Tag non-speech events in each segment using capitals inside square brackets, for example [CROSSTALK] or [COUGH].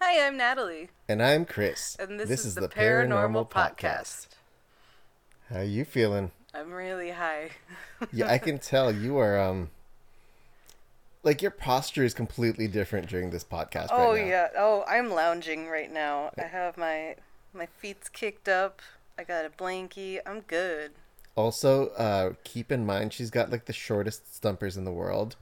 Hi, I'm Natalie, And I'm Chris. and this, is, the, Paranormal, Podcast. How you feeling? I'm really [LAUGHS] high. Yeah, [LAUGHS] I can tell you are um like your posture is completely different during this podcast oh right now. yeah. Oh, I'm lounging right now. I have my my feet's kicked up. I got a blankie. I'm good. Also, uh keep in mind she's got like the shortest stumpers in the world.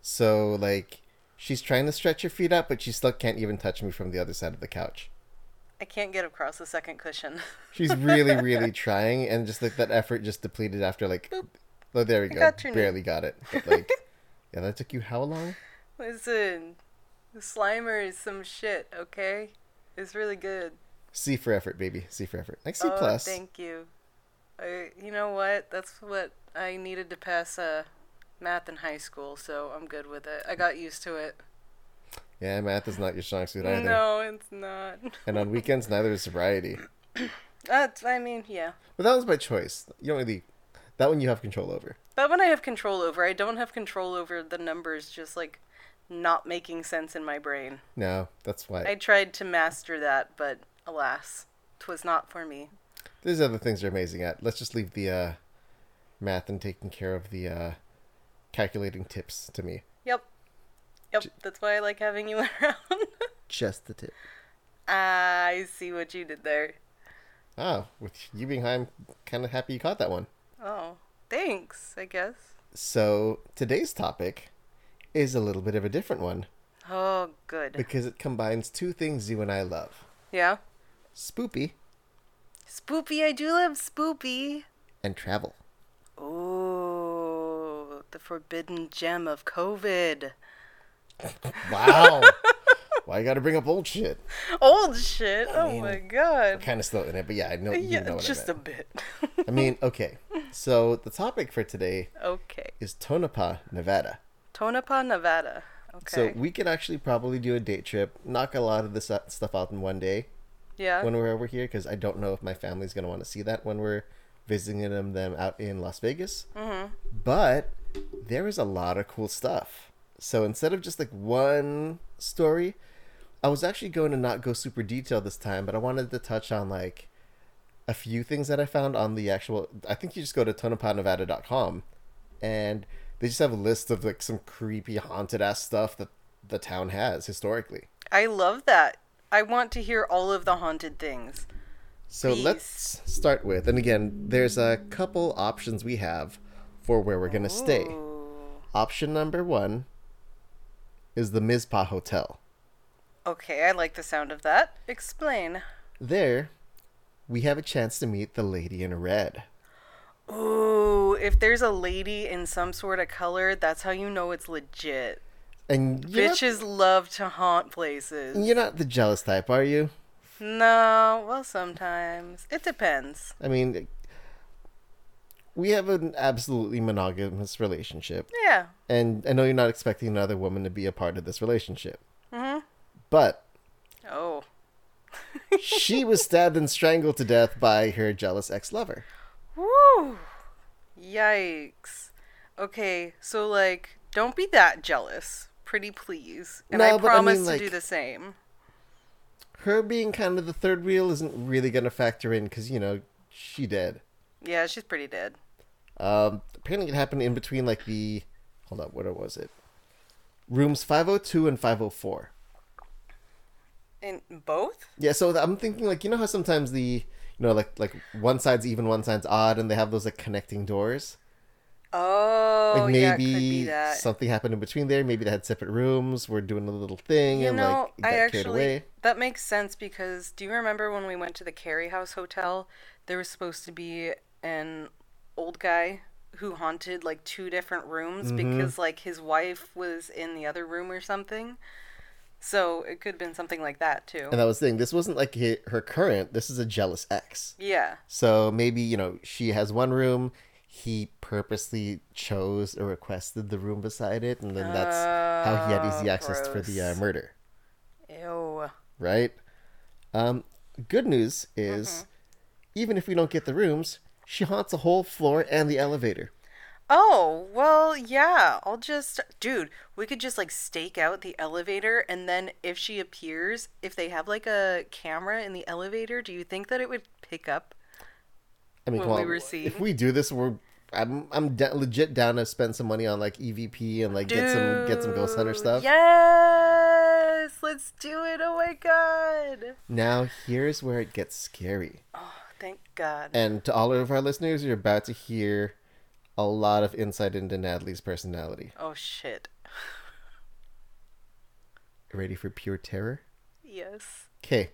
So like she's trying to stretch her feet up, but she still can't even touch me from the other side of the couch. I can't get across the second cushion. She's [LAUGHS] really, really trying, and just like that effort just depleted after like. Oh, there we go. got your knee. Barely got it. [LAUGHS] But, like, yeah, that took you how long? Listen, the Slimer is some shit. Okay, it's really good. C for effort, baby. C for effort. Like C oh, plus. thank you. I, you know what? That's what I needed to pass uh, math in high school, so I'm good with it. I got used to it. Yeah, math is not your strong suit either. No, it's not. [LAUGHS] And on weekends, neither is sobriety. That's, I mean, yeah. But that was by choice. You don't really. That one you have control over. That one I have control over. I don't have control over the numbers just like not making sense in my brain. No, that's why. I tried to master that, but alas, 'twas not for me. There's other things you're amazing at. Let's just leave the uh, math and taking care of the uh, calculating tips to me. Yep. Yep, that's why I like having you [LAUGHS] around. Just the tip. I see what you did there. Oh, with you being high, I'm kind of happy you caught that one. Oh, thanks, I guess. So today's topic is a little bit of a different one Oh, good. because it combines two things you and I love: Yeah. spoopy Spoopy, I do love Spoopy. and travel. Oh, the forbidden gem of COVID. Wow. [LAUGHS] Why you gotta bring up old shit? Old shit. Oh my god. Kind of slow in it, but yeah, I know you know Yeah, what just I a meant. bit. [LAUGHS] I mean, okay. So the topic for today [LAUGHS] okay. is Tonopah, Nevada. Tonopah, Nevada. Okay. So we could actually probably do a day trip, knock a lot of this out- stuff out in one day yeah. when we're over here, because I don't know if my family's gonna want to see that when we're visiting them them out in Las Vegas. But there is a lot of cool stuff. So instead of just like one story, I was actually going to not go super detailed this time, but I wanted to touch on like a few things that I found on the actual. I think you just go to tonopahnevada.com and they just have a list of like some creepy haunted ass stuff that the town has historically. I love that. I want to hear all of the haunted things. So Please. let's start with, and again, there's a couple options we have for where we're going to stay. Oh. Ooh. Option number one is the Mizpah Hotel. Okay, I like the sound of that. Explain. There, we have a chance to meet the lady in red. Ooh, if there's a lady in some sort of color, that's how you know it's legit. And you're, not, Bitches love to haunt places. you're not the jealous type, are you? No, well, sometimes. It depends. I mean, we have an absolutely monogamous relationship. Yeah. And I know you're not expecting another woman to be a part of this relationship. But Oh. she was stabbed and strangled to death by her jealous ex lover. Woo! Yikes. Okay, so like, don't be that jealous. Pretty please. And No, I but I promise mean, to do like- the same. Her being kind of the third wheel isn't really going to factor in because, you know, she did. Yeah, she's pretty dead. Um, apparently, it happened in between like the hold up, what was it? Rooms five hundred two and five hundred four. In both? Yeah, so I'm thinking like you know how sometimes the you know like like one side's even, one side's odd, and they have those like connecting doors. Oh, Like yeah, it could be maybe that. something happened in between there. Maybe they had separate rooms. We're doing a little thing, you and know, like I it got carried actually away. that makes sense because do you remember when we went to the Carey House Hotel? There was supposed to be an old guy who haunted like two different rooms Mm-hmm. because like his wife was in the other room or something. So it could have been something like that too. And that was the thing. This wasn't like hi- her current. This is a jealous ex. Yeah. So maybe, you know, she has one room, he purposely chose or requested the room beside it, and then that's how he had easy Oh, access for the uh, gross. murder, Ew. right? Um, good news Mm-hmm. is even if we don't get the rooms, she haunts a whole floor and the elevator. Oh, well, yeah. I'll just. Dude, we could just like stake out the elevator, and then if she appears, if they have like a camera in the elevator, do you think that it would pick up? I mean, What come we on, were seeing. if we do this, we're I'm I'm de- legit down to spend some money on like EVP and like get some get some Ghost Hunter Dude, stuff. Yes! Let's do it. Oh my god. Now here's where it gets scary. Oh, thank god. And to all of our listeners, you're about to hear a lot of insight into Natalie's personality. Oh shit. Ready for pure terror? Yes. Okay.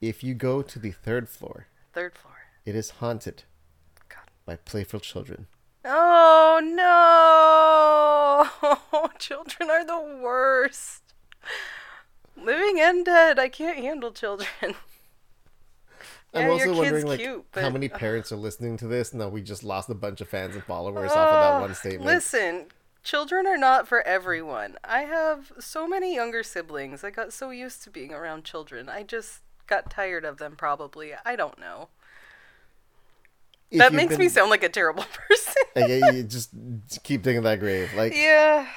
If you go to the third floor, Third floor. it is haunted God. by playful children. Oh no! [LAUGHS] children are the worst. Living and dead. I can't handle children. [LAUGHS] Yeah, I'm your also kid's wondering, like, cute, how but- many parents are listening to this? No, we just lost a bunch of fans and followers off of that Ugh, one statement. Uh, Listen, children are not for everyone. I have so many younger siblings. I got so used to being around children. I just got tired of them, probably. I don't know. If that you've makes been- me sound like a terrible [LAUGHS] person. Like, yeah, you just keep digging that grave. [LAUGHS] Like yeah.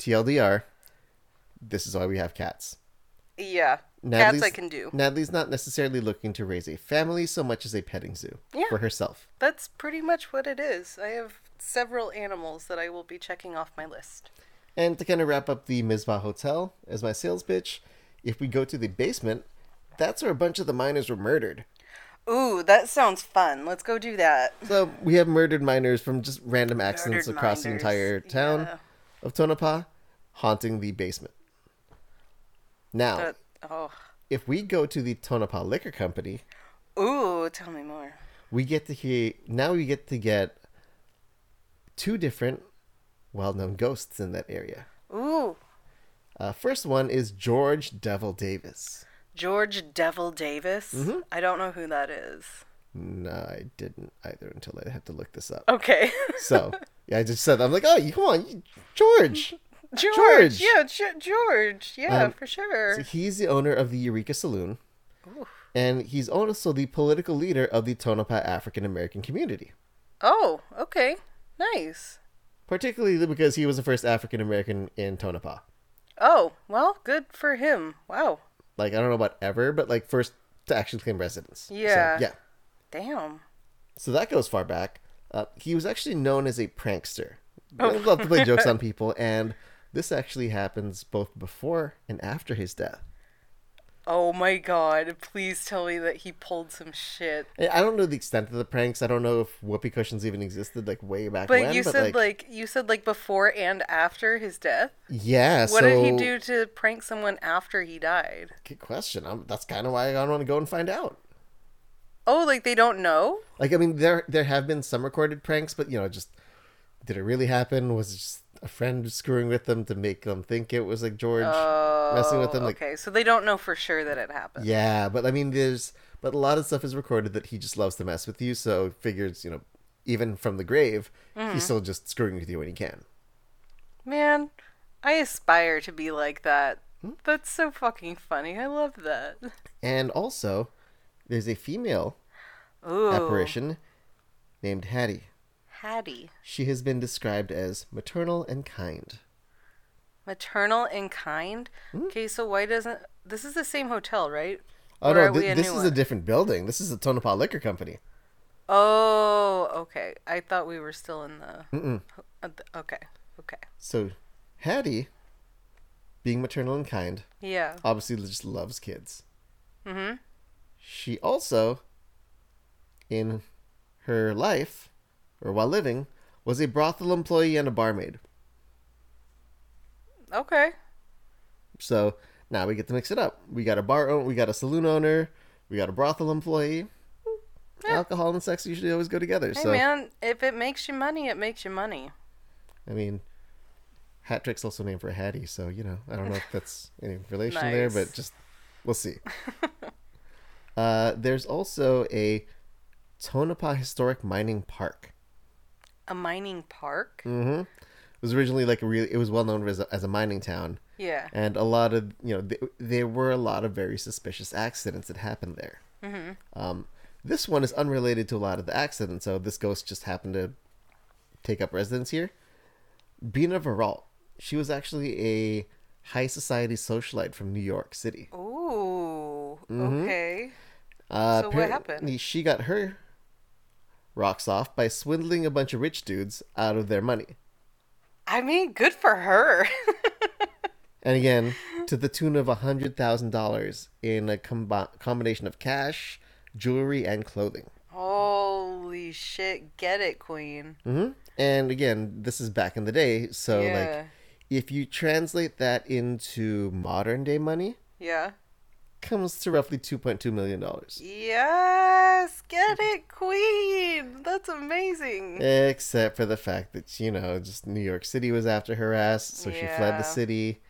TLDR, this is why we have cats. Yeah. Natalie's- Cats I can do. Natalie's not necessarily looking to raise a family so much as a petting zoo Yeah. for herself. That's pretty much what it is. I have several animals that I will be checking off my list. And to kind of wrap up the Mizpah Hotel as my sales pitch, if we go to the basement, that's where a bunch of the miners were murdered. Ooh, that sounds fun. Let's go do that. So we have murdered miners from just random accidents Murdered across miners, the entire town yeah. of Tonopah, haunting the basement. Now, But, oh. if we go to the Tonopah Liquor Company, Ooh, tell me more. we get to hear now we get to get two different well-known ghosts in that area. Ooh, Uh, first one is George Devil Davis. George Devil Davis. Mm-hmm. I don't know who that is. No, I didn't either until I had to look this up. Okay. [LAUGHS] So yeah, I just said I'm like, oh, you come on, you- George. George. George. Yeah, Ge- George. Yeah, Um, for sure. So he's the owner of the Eureka Saloon, and he's also the political leader of the Tonopah African American community. Oh, okay. Nice. Particularly because he was the first African American in Tonopah. Oh, well, good for him. Wow. Like I don't know about ever, but like first to actually claim residence. So, Yeah. yeah. Damn. So that goes far back. Uh, he was actually known as a prankster. Oh. He loved to [LAUGHS] play jokes on people, and this actually happens both before and after his death. Oh my god, please tell me that he pulled some shit. And I don't know the extent of the pranks. I don't know if whoopee cushions even existed like way back But when. you but said like, like, you said like before and after his death. yeah. What did he so- do to prank someone after he died? Good question. i that's kind of why I want to go and find out. Oh, like they don't know? Like, I mean, there there have been some recorded pranks, but you know, just did it really happen? Was it just a friend screwing with them to make them think it was like George messing with them? Oh, Like, okay, so they don't know for sure that it happened. Yeah, but I mean, there's but a lot of stuff is recorded that he just loves to mess with you. So figures, you know, even from the grave, Mm-hmm. he's still just screwing with you when he can. Man, I aspire to be like that. Hmm? That's so fucking funny. I love that. And also, there's a female Ooh, apparition named Hattie. Hattie, She has been described as maternal and kind. maternal and kind. Hmm? Okay, so why doesn't this is the same hotel, right? Oh Or are no, we a th- this new is a one? different building. This is the Tonopah Liquor Company. Oh, okay. I thought we were still in the. uh, th- Okay, okay. So, Hattie, being maternal and kind, Yeah. obviously just loves kids. Mm-hmm. She also, in her life, or while living, was a brothel employee and a barmaid. Okay. So now we get to mix it up. We got a bar own, we got a saloon owner, we got a brothel employee. Alcohol and sex usually always go together. Hey so man, if it makes you money, it makes you money. I mean, Hat Trick's also named for Hattie, so you know I don't know if that's any relation there, Nice. but just we'll see. uh, there's also a Tonopah Historic Mining Park. A mining park. Hmm. It was originally like a really, it was well known as a, as a mining town, Yeah. and a lot of you know th- there were a lot of very suspicious accidents that happened there. Mm-hmm. Um, this one is unrelated to a lot of the accidents, so this ghost just happened to take up residence here. Bina Veralt. She was actually a high society socialite from New York City. Ooh. Mm-hmm. Okay. Uh, So what apparently happened? She got her rocks off by swindling a bunch of rich dudes out of their money. I mean, good for her. [LAUGHS] And again, to the tune of $100,000 in a combi- combination of cash, jewelry, and clothing. Holy shit. Get it, queen. hmm And again, this is back in the day, so Yeah. like if you translate that into modern day money, Yeah. comes to roughly 2.2 million dollars. Yes. Get it, queen. That's amazing. Except for the fact that, you know, just New York City was after her ass, so she fled Yeah. the city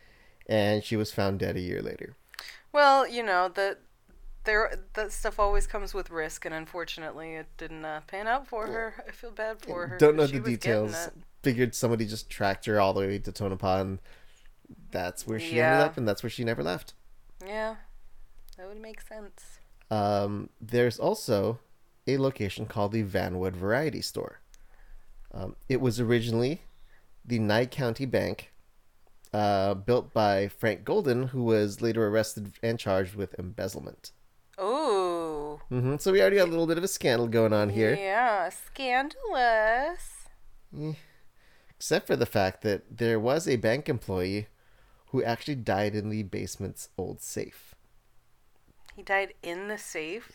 and she was found dead a year later. Well, you know, the there that stuff always comes with risk and unfortunately it didn't uh, pan out for her. I feel bad for her. Don't 'cause know she the was getting details. it. Figured somebody just tracked her all the way to Tonopah. That's where she Yeah. ended up and that's where she never left. Yeah. That would make sense. Um, there's also a location called the Vanwood Variety Store. Um, it was originally the Nye County Bank, uh, built by Frank Golden, who was later arrested and charged with embezzlement. Oh. hmm So we already got a little bit of a scandal going on here, Yeah, scandalous. except for the fact that there was a bank employee who actually died in the basement's old safe. He died in the safe.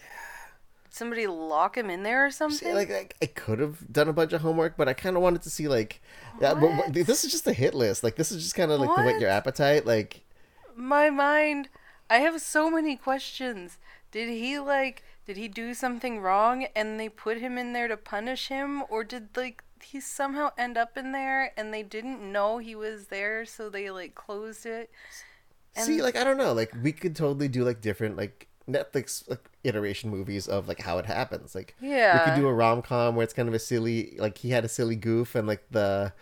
Did somebody lock him in there or See, something? like I, I could have done a bunch of homework, but I kind of wanted to see like that- but- but this is just a hit list. Like this is just kind of like to whet your appetite. Like My mind. I have so many questions. Did he like did he do something wrong and they put him in there to punish him or did like he somehow end up in there and they didn't know he was there so they like closed it? see, like I don't know. Like we could totally do like different like Netflix like iteration movies of like how it happens. Like we Yeah. could do a rom com where it's kind of a silly like he had a silly goof and like the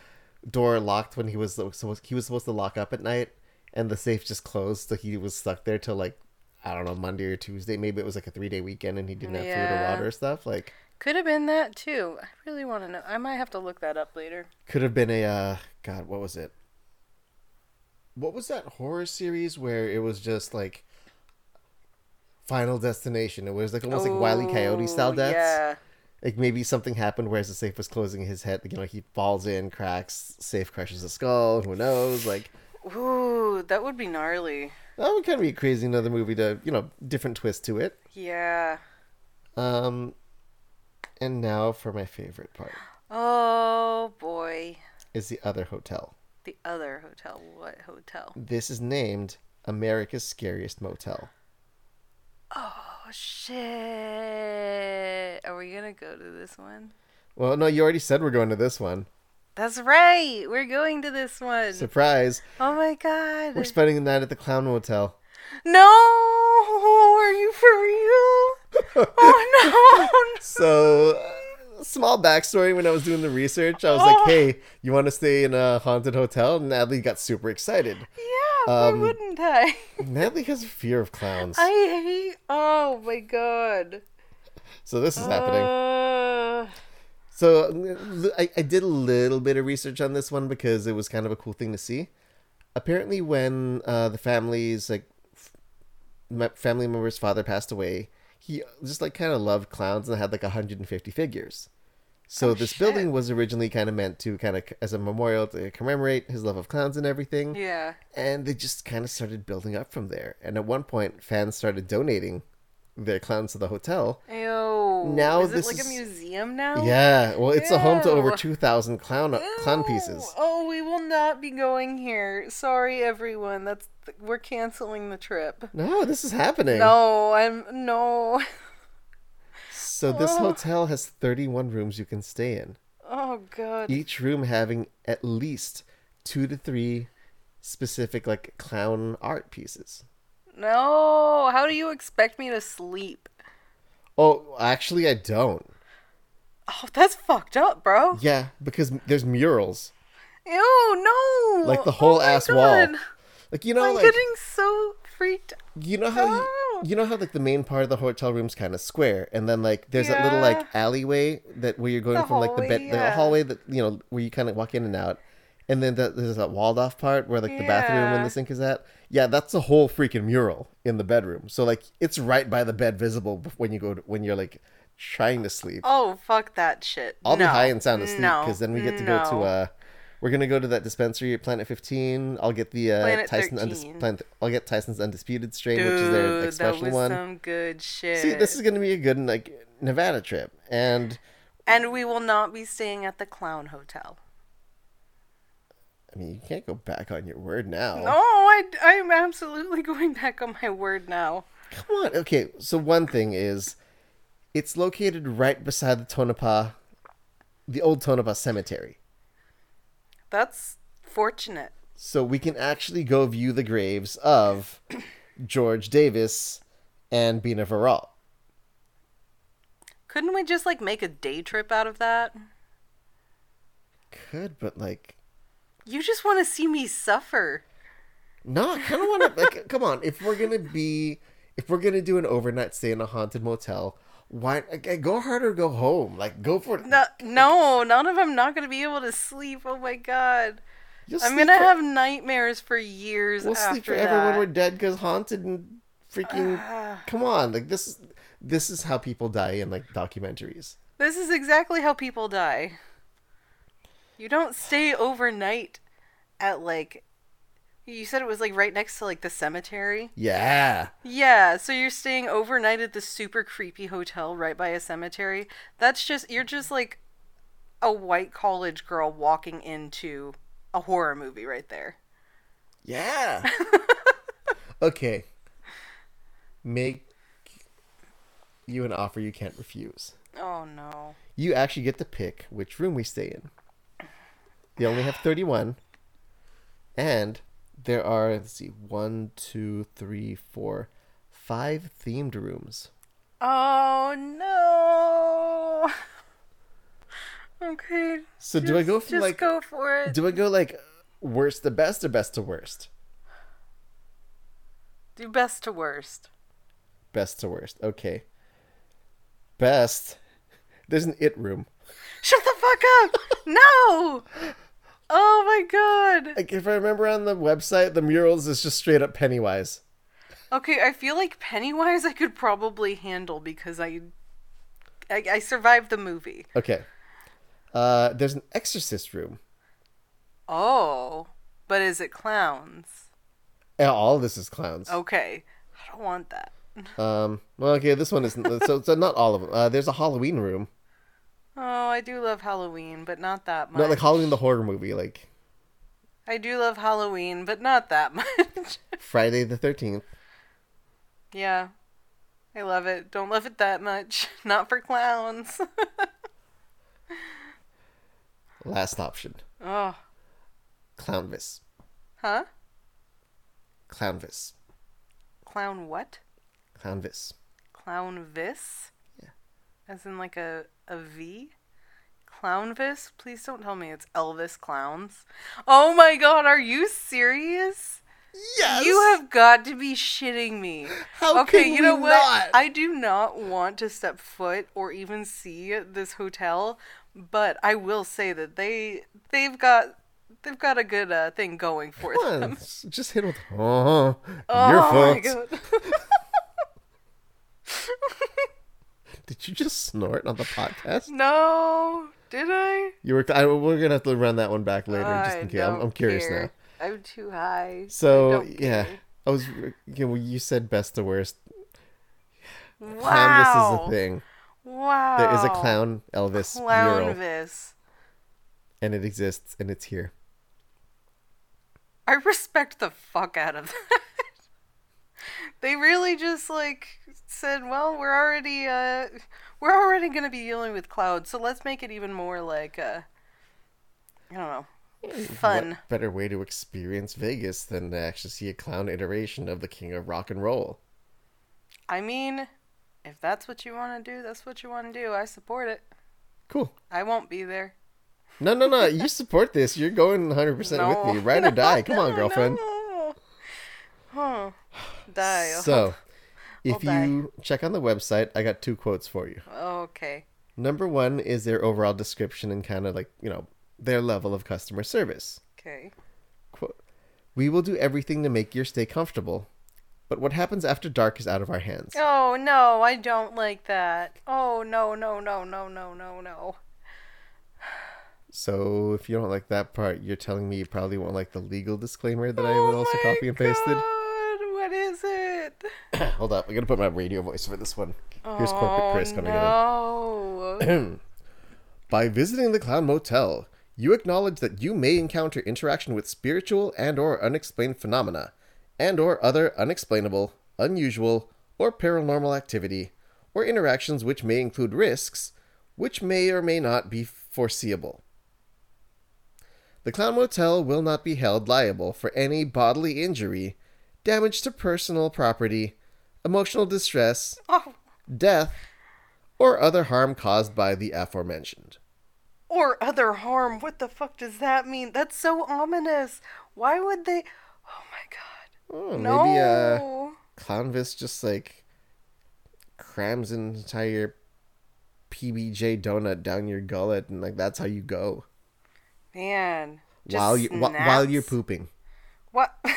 door locked when he was supposed he was supposed to lock up at night and the safe just closed so he was stuck there till like I don't know Monday or Tuesday maybe it was like a three day weekend and he didn't have food or Yeah. water or stuff like. Could have been that too. I really want to know. I might have to look that up later. could have been a uh, god what was it what was that horror series where it was just like final destination it was like almost like wily coyote style Oh, deaths Yeah. like maybe something happened whereas the safe was closing his head you know he falls in cracks safe crushes the skull who knows like Ooh, that would be gnarly. that would kind of be crazy another movie to you know different twist to it Yeah. um and now for my favorite part Oh boy. is the other hotel The other hotel. What hotel? this is named america's scariest motel Oh shit. Are we gonna go to this one? well no you already said we're going to this one That's right. We're going to this one. Surprise! oh my god. We're spending the night at the Clown Motel. [LAUGHS] no. Are you for real? [LAUGHS] Oh no. So, uh, small backstory when I was doing the research, I was like, Oh. hey, you want to stay in a haunted hotel? And Natalie got super excited. Yeah. Um, why wouldn't I? Natalie has a fear of clowns. I hate. Oh my god. So, this is happening. Uh, So, uh, I, I did a little bit of research on this one because it was kind of a cool thing to see. Apparently, when uh, the family's like f- me- family member's father passed away, he just like kind of loved clowns and had like 150 figures. So this Oh, shit. building was originally kind of meant to kind of as a memorial to commemorate his love of clowns and everything. yeah. And they just kind of started building up from there. And at one point, fans started donating their clowns to the hotel. Ew. Now is this it like is- a museum now? Yeah, well, it's a home to over Ew. 2,000 clown uh, clown pieces. Ew. Oh, we will not be going here. Sorry, everyone. That's we're canceling the trip. No, this is happening. No, I'm no. [LAUGHS] So this Oh. hotel has 31 rooms you can stay in, Oh god. each room having at least two to three specific like clown art pieces. No. How do you expect me to sleep? Oh, actually, I don't. Oh, that's fucked up, bro. Yeah, because there's murals, Ew, no. like the whole Oh my ass wall. God. Like you know, I'm like getting so freaked you know how you, Oh. you know how like the main part of the hotel room's kind of square, and then like there's that little like alleyway that where you're going The from like the bed, hallway, the yeah. hallway that you know where you kind of walk in and out, and then that there's that walled off part where like the bathroom and Yeah. the sink is at. Yeah, that's a whole freaking mural in the bedroom. So like it's right by the bed, visible bef- when you go to, when you're like trying to sleep. Oh, fuck that shit. I'll be No. high and sound asleep No. because then we get to go to No. uh, we're gonna go to that dispensary at Planet Fifteen. I'll get the uh, Planet Tyson undis- 13. Planet, I'll get Tyson's Undisputed strain, Dude, which is their like, that special was one. some good shit. See, this is gonna be a good like Nevada trip, and And we will not be staying at the Clown Hotel. I mean you can't go back on your word now. No, I, I'm absolutely [LAUGHS] going back on my word now. Come on, okay. So one thing is, it's located right beside the Tonopah, the old Tonopah Cemetery. That's fortunate. so we can actually go view the graves of George Davis and Bina Viral. Couldn't we just like make a day trip out of that? Could, but like, You just want to see me suffer. no, I kind of want to. Like, [LAUGHS] come on, if we're gonna be, if we're gonna do an overnight stay in a haunted motel, why like, eh, go hard or go home? Like, go for it. No, no, none of them not going to be able to sleep. Oh my god. You'll I'm sleep going to for- have nightmares for years We'll after sleep forever when that. Ah. we're dead because haunted and freaking. come on, like this. is This is how people die in like documentaries. This is exactly how people die. You don't stay overnight at like you said it was like right next to like the cemetery. Yeah. Yeah, so you're staying overnight at the super creepy hotel right by a cemetery. That's just you're just like a white college girl walking into a horror movie right there. [LAUGHS] Yeah. okay. Make you an offer you can't refuse. Oh no. You actually get to pick which room we stay in. They only have 31. And there are, let's see, one, two, three, four, five themed rooms. Oh no. [LAUGHS] Okay. So do I go just from like, go for it. do I go like worst to best or best to worst? Do best to worst. Best to worst. Okay. Best. There's an it room. Shut the fuck up! [LAUGHS] No! Oh my god! Like if I remember on the website, the murals is just straight up Pennywise. Okay, I feel like Pennywise I could probably handle because I, I, I survived the movie. Okay. Uh, there's an exorcist room. Oh, but is it clowns? Yeah, All of this is clowns. Okay, I don't want that. Um, well, okay, this one isn't. So, so not all of them. Uh, there's a Halloween room. Oh, I do love Halloween, but not that much. Not like Halloween the horror movie, like I do love Halloween, but not that [LAUGHS] much. Friday the Thirteenth. yeah, I love it. Don't love it that much. [LAUGHS] Not for clowns. [LAUGHS] Last option, oh, Clownvis. huh? Clownvis. Clown what? Clownvis. Clownvis? Yeah. As in like a, a V? Clownvis? Please don't tell me it's Elvis Clowns. Oh my god, are you serious? Yes. You have got to be shitting me. How okay, can you know we what? not? I do not want to step foot or even see this hotel, but I will say that they they've got they've got a good uh, thing going for them. [LAUGHS] Come on, just hit with. Oh, Oh you're my fucked. god. [LAUGHS] [LAUGHS] Did you just snort on the podcast? No. Did I? You were. I, we're gonna have to run that one back later, just in case. I'm, I'm curious now. now. I'm too high. So don't yeah, care. I was. You, know, you said best to worst. Wow. Clownvis is a thing. Wow. There is a clown Elvis mural, Clownvis. and it exists, and it's here. I respect the fuck out of [LAUGHS] that. they really just like said, well, we're already uh we're already going to be dealing with clouds, so let's make it even more like uh I don't know. Fun. What better way to experience Vegas than to actually see a clown iteration of the King of Rock and Roll? I mean, if that's what you want to do, that's what you want to do. I support it. Cool. I won't be there. No, no, no. [LAUGHS] You support this. You're going 100% with [LAUGHS] me. Ride or die. Come on, No, girlfriend. no. Huh. Die. So, If I'll you check on the website, I got two quotes for you. Oh, Okay. Number one is their overall description and kind of like, you know, their level of customer service. Okay. Quote, we will do everything to make your stay comfortable, but what happens after dark is out of our hands. Oh no, I don't like that. Oh no, no, no, no, no, no, no. So if you don't like that part, you're telling me you probably won't like the legal disclaimer that I would also Oh my copy and pasted. God, what is it? Hold up, I'm gonna put my radio voice for this one. Here's corporate oh Chris coming in. no. [COUGHS] By visiting the Clown Motel, you acknowledge that you may encounter interaction with spiritual and or unexplained phenomena, and or other unexplainable, unusual, or paranormal activity, or interactions which may include risks, which may or may not be foreseeable. The Clown Motel will not be held liable for any bodily injury, damage to personal property, emotional distress, oh, death, or other harm caused by the aforementioned. or other harm. What the fuck does that mean? That's so ominous. Why would they? Oh my god. Oh, no. Maybe uh, Clownvis just like crams an entire PBJ donut down your gullet, and like that's how you go Man. Just while you wh- while you're snaps. pooping. What? [LAUGHS]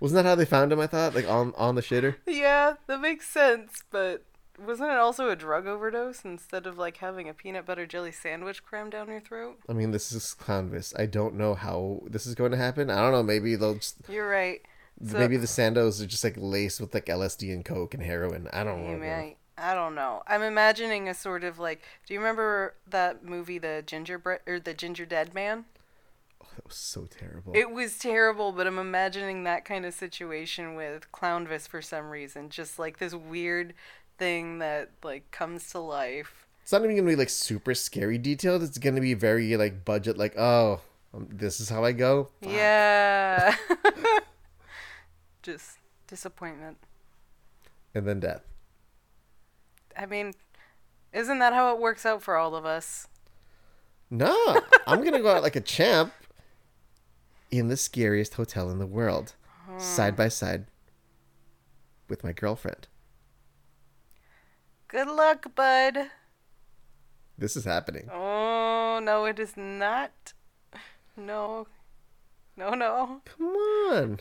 Wasn't that how they found him? I thought like on on the shitter. yeah, that makes sense. But wasn't it also a drug overdose instead of like having a peanut butter jelly sandwich crammed down your throat? I mean, this is Clownvis. I don't know how this is going to happen. I don't know. Maybe they'll just, You're right. So, maybe the Sandos are just like laced with like LSD and coke and heroin. I don't you know. might- I don't know. I'm imagining a sort of like. Do you remember that movie, The Gingerbread or The Ginger Dead Man? Oh, That was so terrible. It was terrible, but I'm imagining that kind of situation with Clownvis for some reason. Just like this weird thing that like comes to life. it's not even gonna be like super scary detailed. It's gonna be very like budget. Like, oh, um, this is how I go. Yeah. [LAUGHS] Just disappointment. and then death. I mean, isn't that how it works out for all of us? No, I'm gonna go [LAUGHS] out like a champ in the scariest hotel in the world, side by side with my girlfriend. Good luck, bud. This is happening. Oh, no, it is not. No. No, no. [LAUGHS] Come on,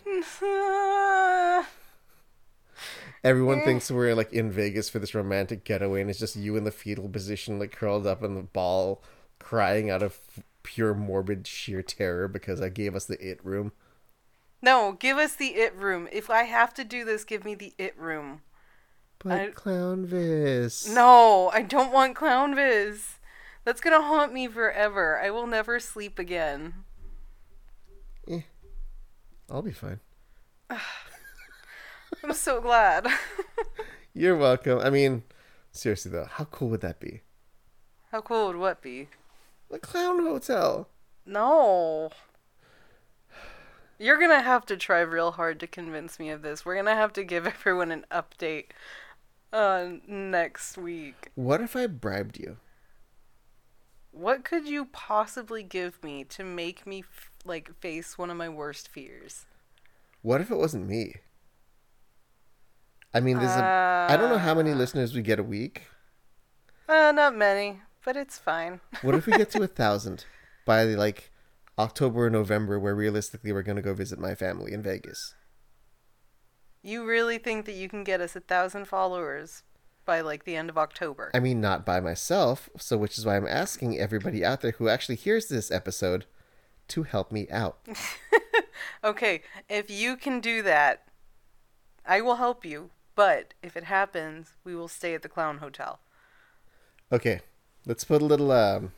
everyone thinks we're like in Vegas for this romantic getaway, and it's just you in the fetal position, like curled up in the ball, crying out of pure morbid sheer terror because I gave us the it room. no, give us the it room. If I have to do this, give me the it room. But I- Clownvis. No, I don't want Clown Viz. That's going to haunt me forever. I will never sleep again. I'll be fine. I'm so glad. [LAUGHS] You're welcome. I mean, seriously though, how cool would that be? How cool would what be? The clown hotel. No. You're gonna have to try real hard to convince me of this. We're gonna have to give [LAUGHS] everyone an update uh, next week. What if I bribed you? What could you possibly give me to make me f- like face one of my worst fears? What if it wasn't me? I mean, there's a. I don't know how many listeners we get a week. Uh, not many, but it's fine. [LAUGHS] What if we get to a thousand by like October or November, where realistically we're gonna go visit my family in Vegas? You really think that you can get us a thousand followers by like the end of October? I mean, not by myself. So, which is why I'm asking everybody out there who actually hears this episode to help me out. [LAUGHS] Okay, if you can do that, I will help you. But if it happens, we will stay at the Clown Hotel. Okay, let's put a little um,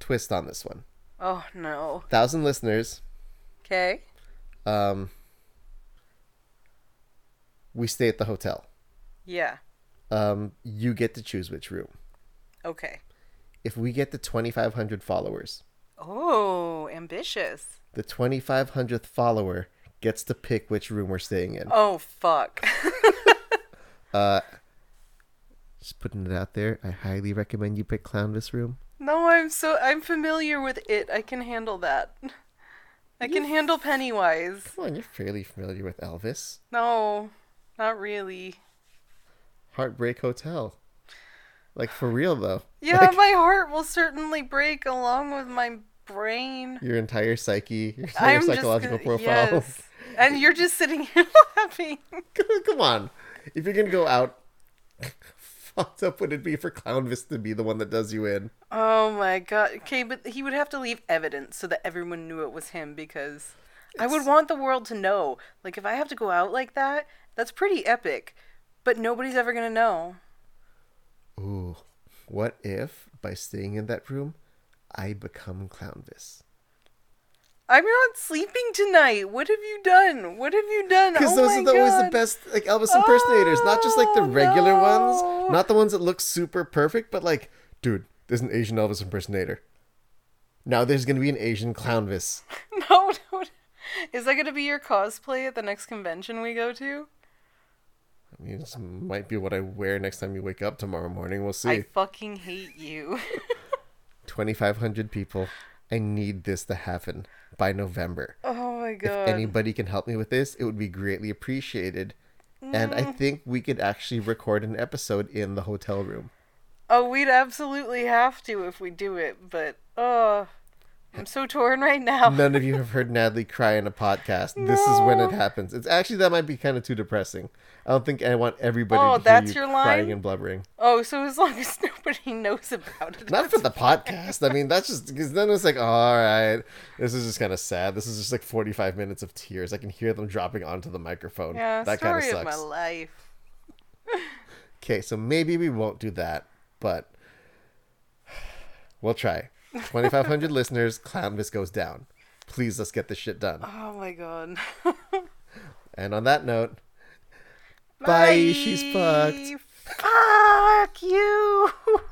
twist on this one. Oh no. Thousand listeners. Okay. Um, we stay at the hotel. Yeah. Um, you get to choose which room. Okay. If we get the 2,500 followers, Oh, ambitious. the 2,500th follower gets to pick which room we're staying in. Oh fuck. [LAUGHS] Just putting it out there. I highly recommend you pick Clownvis room. no, I'm so I'm familiar with it. I can handle that. I can handle Pennywise. Come on, you're fairly familiar with Elvis. No. Not really. Heartbreak Hotel. Like for real though. Yeah, Like, my heart will certainly break along with my brain. your entire psyche, your entire just psychological gonna- profile. [LAUGHS] yes. And you're just sitting here [LAUGHS] laughing. Come on. If you're gonna go out [LAUGHS] fucked up would it be for Clown Vista to be the one that does you in? Oh my god. Okay, but he would have to leave evidence so that everyone knew it was him because I would want the world to know. Like if I have to go out like that, that's pretty epic. But nobody's ever gonna know. Ooh. What if by staying in that room I become Clown Vista? I'm not sleeping tonight. What have you done? What have you done? Because oh those my are the, always the God. best like Elvis impersonators, not just like the Oh, regular no. ones, not the ones that look super perfect, but like, dude, there's an Asian Elvis impersonator. Now there's gonna be an Asian Clownvis. [LAUGHS] No, no. Is that gonna be your cosplay at the next convention we go to? I mean, this might be what I wear next time you wake up tomorrow morning. We'll see. I fucking hate you. [LAUGHS] 2,500 people. I need this to happen by November. oh my If god. anybody can help me with this, it would be greatly appreciated. And Mm. I think we could actually record an episode in the hotel room. Oh, we'd absolutely have to if we do it, but oh, I'm so torn right now. None of you have heard Natalie cry in a podcast. This is when it happens. It's actually that might be kind of too depressing. I don't think I want everybody Oh, to hear that's you your crying line? and blubbering. Oh, so as long as nobody [LAUGHS] knows about it. Not for the podcast. I mean, that's just because then it's like, all right, this is just kind of sad. This is just like forty-five minutes of tears. I can hear them dropping onto the microphone. yeah, that kind of story of my sucks. life. Okay, so maybe we won't do that, but we'll try. Twenty-five hundred listeners. Clownvis goes down. Please, let's get this shit done. Oh my god. And on that note, bye. She's fucked. Fuck you. [LAUGHS]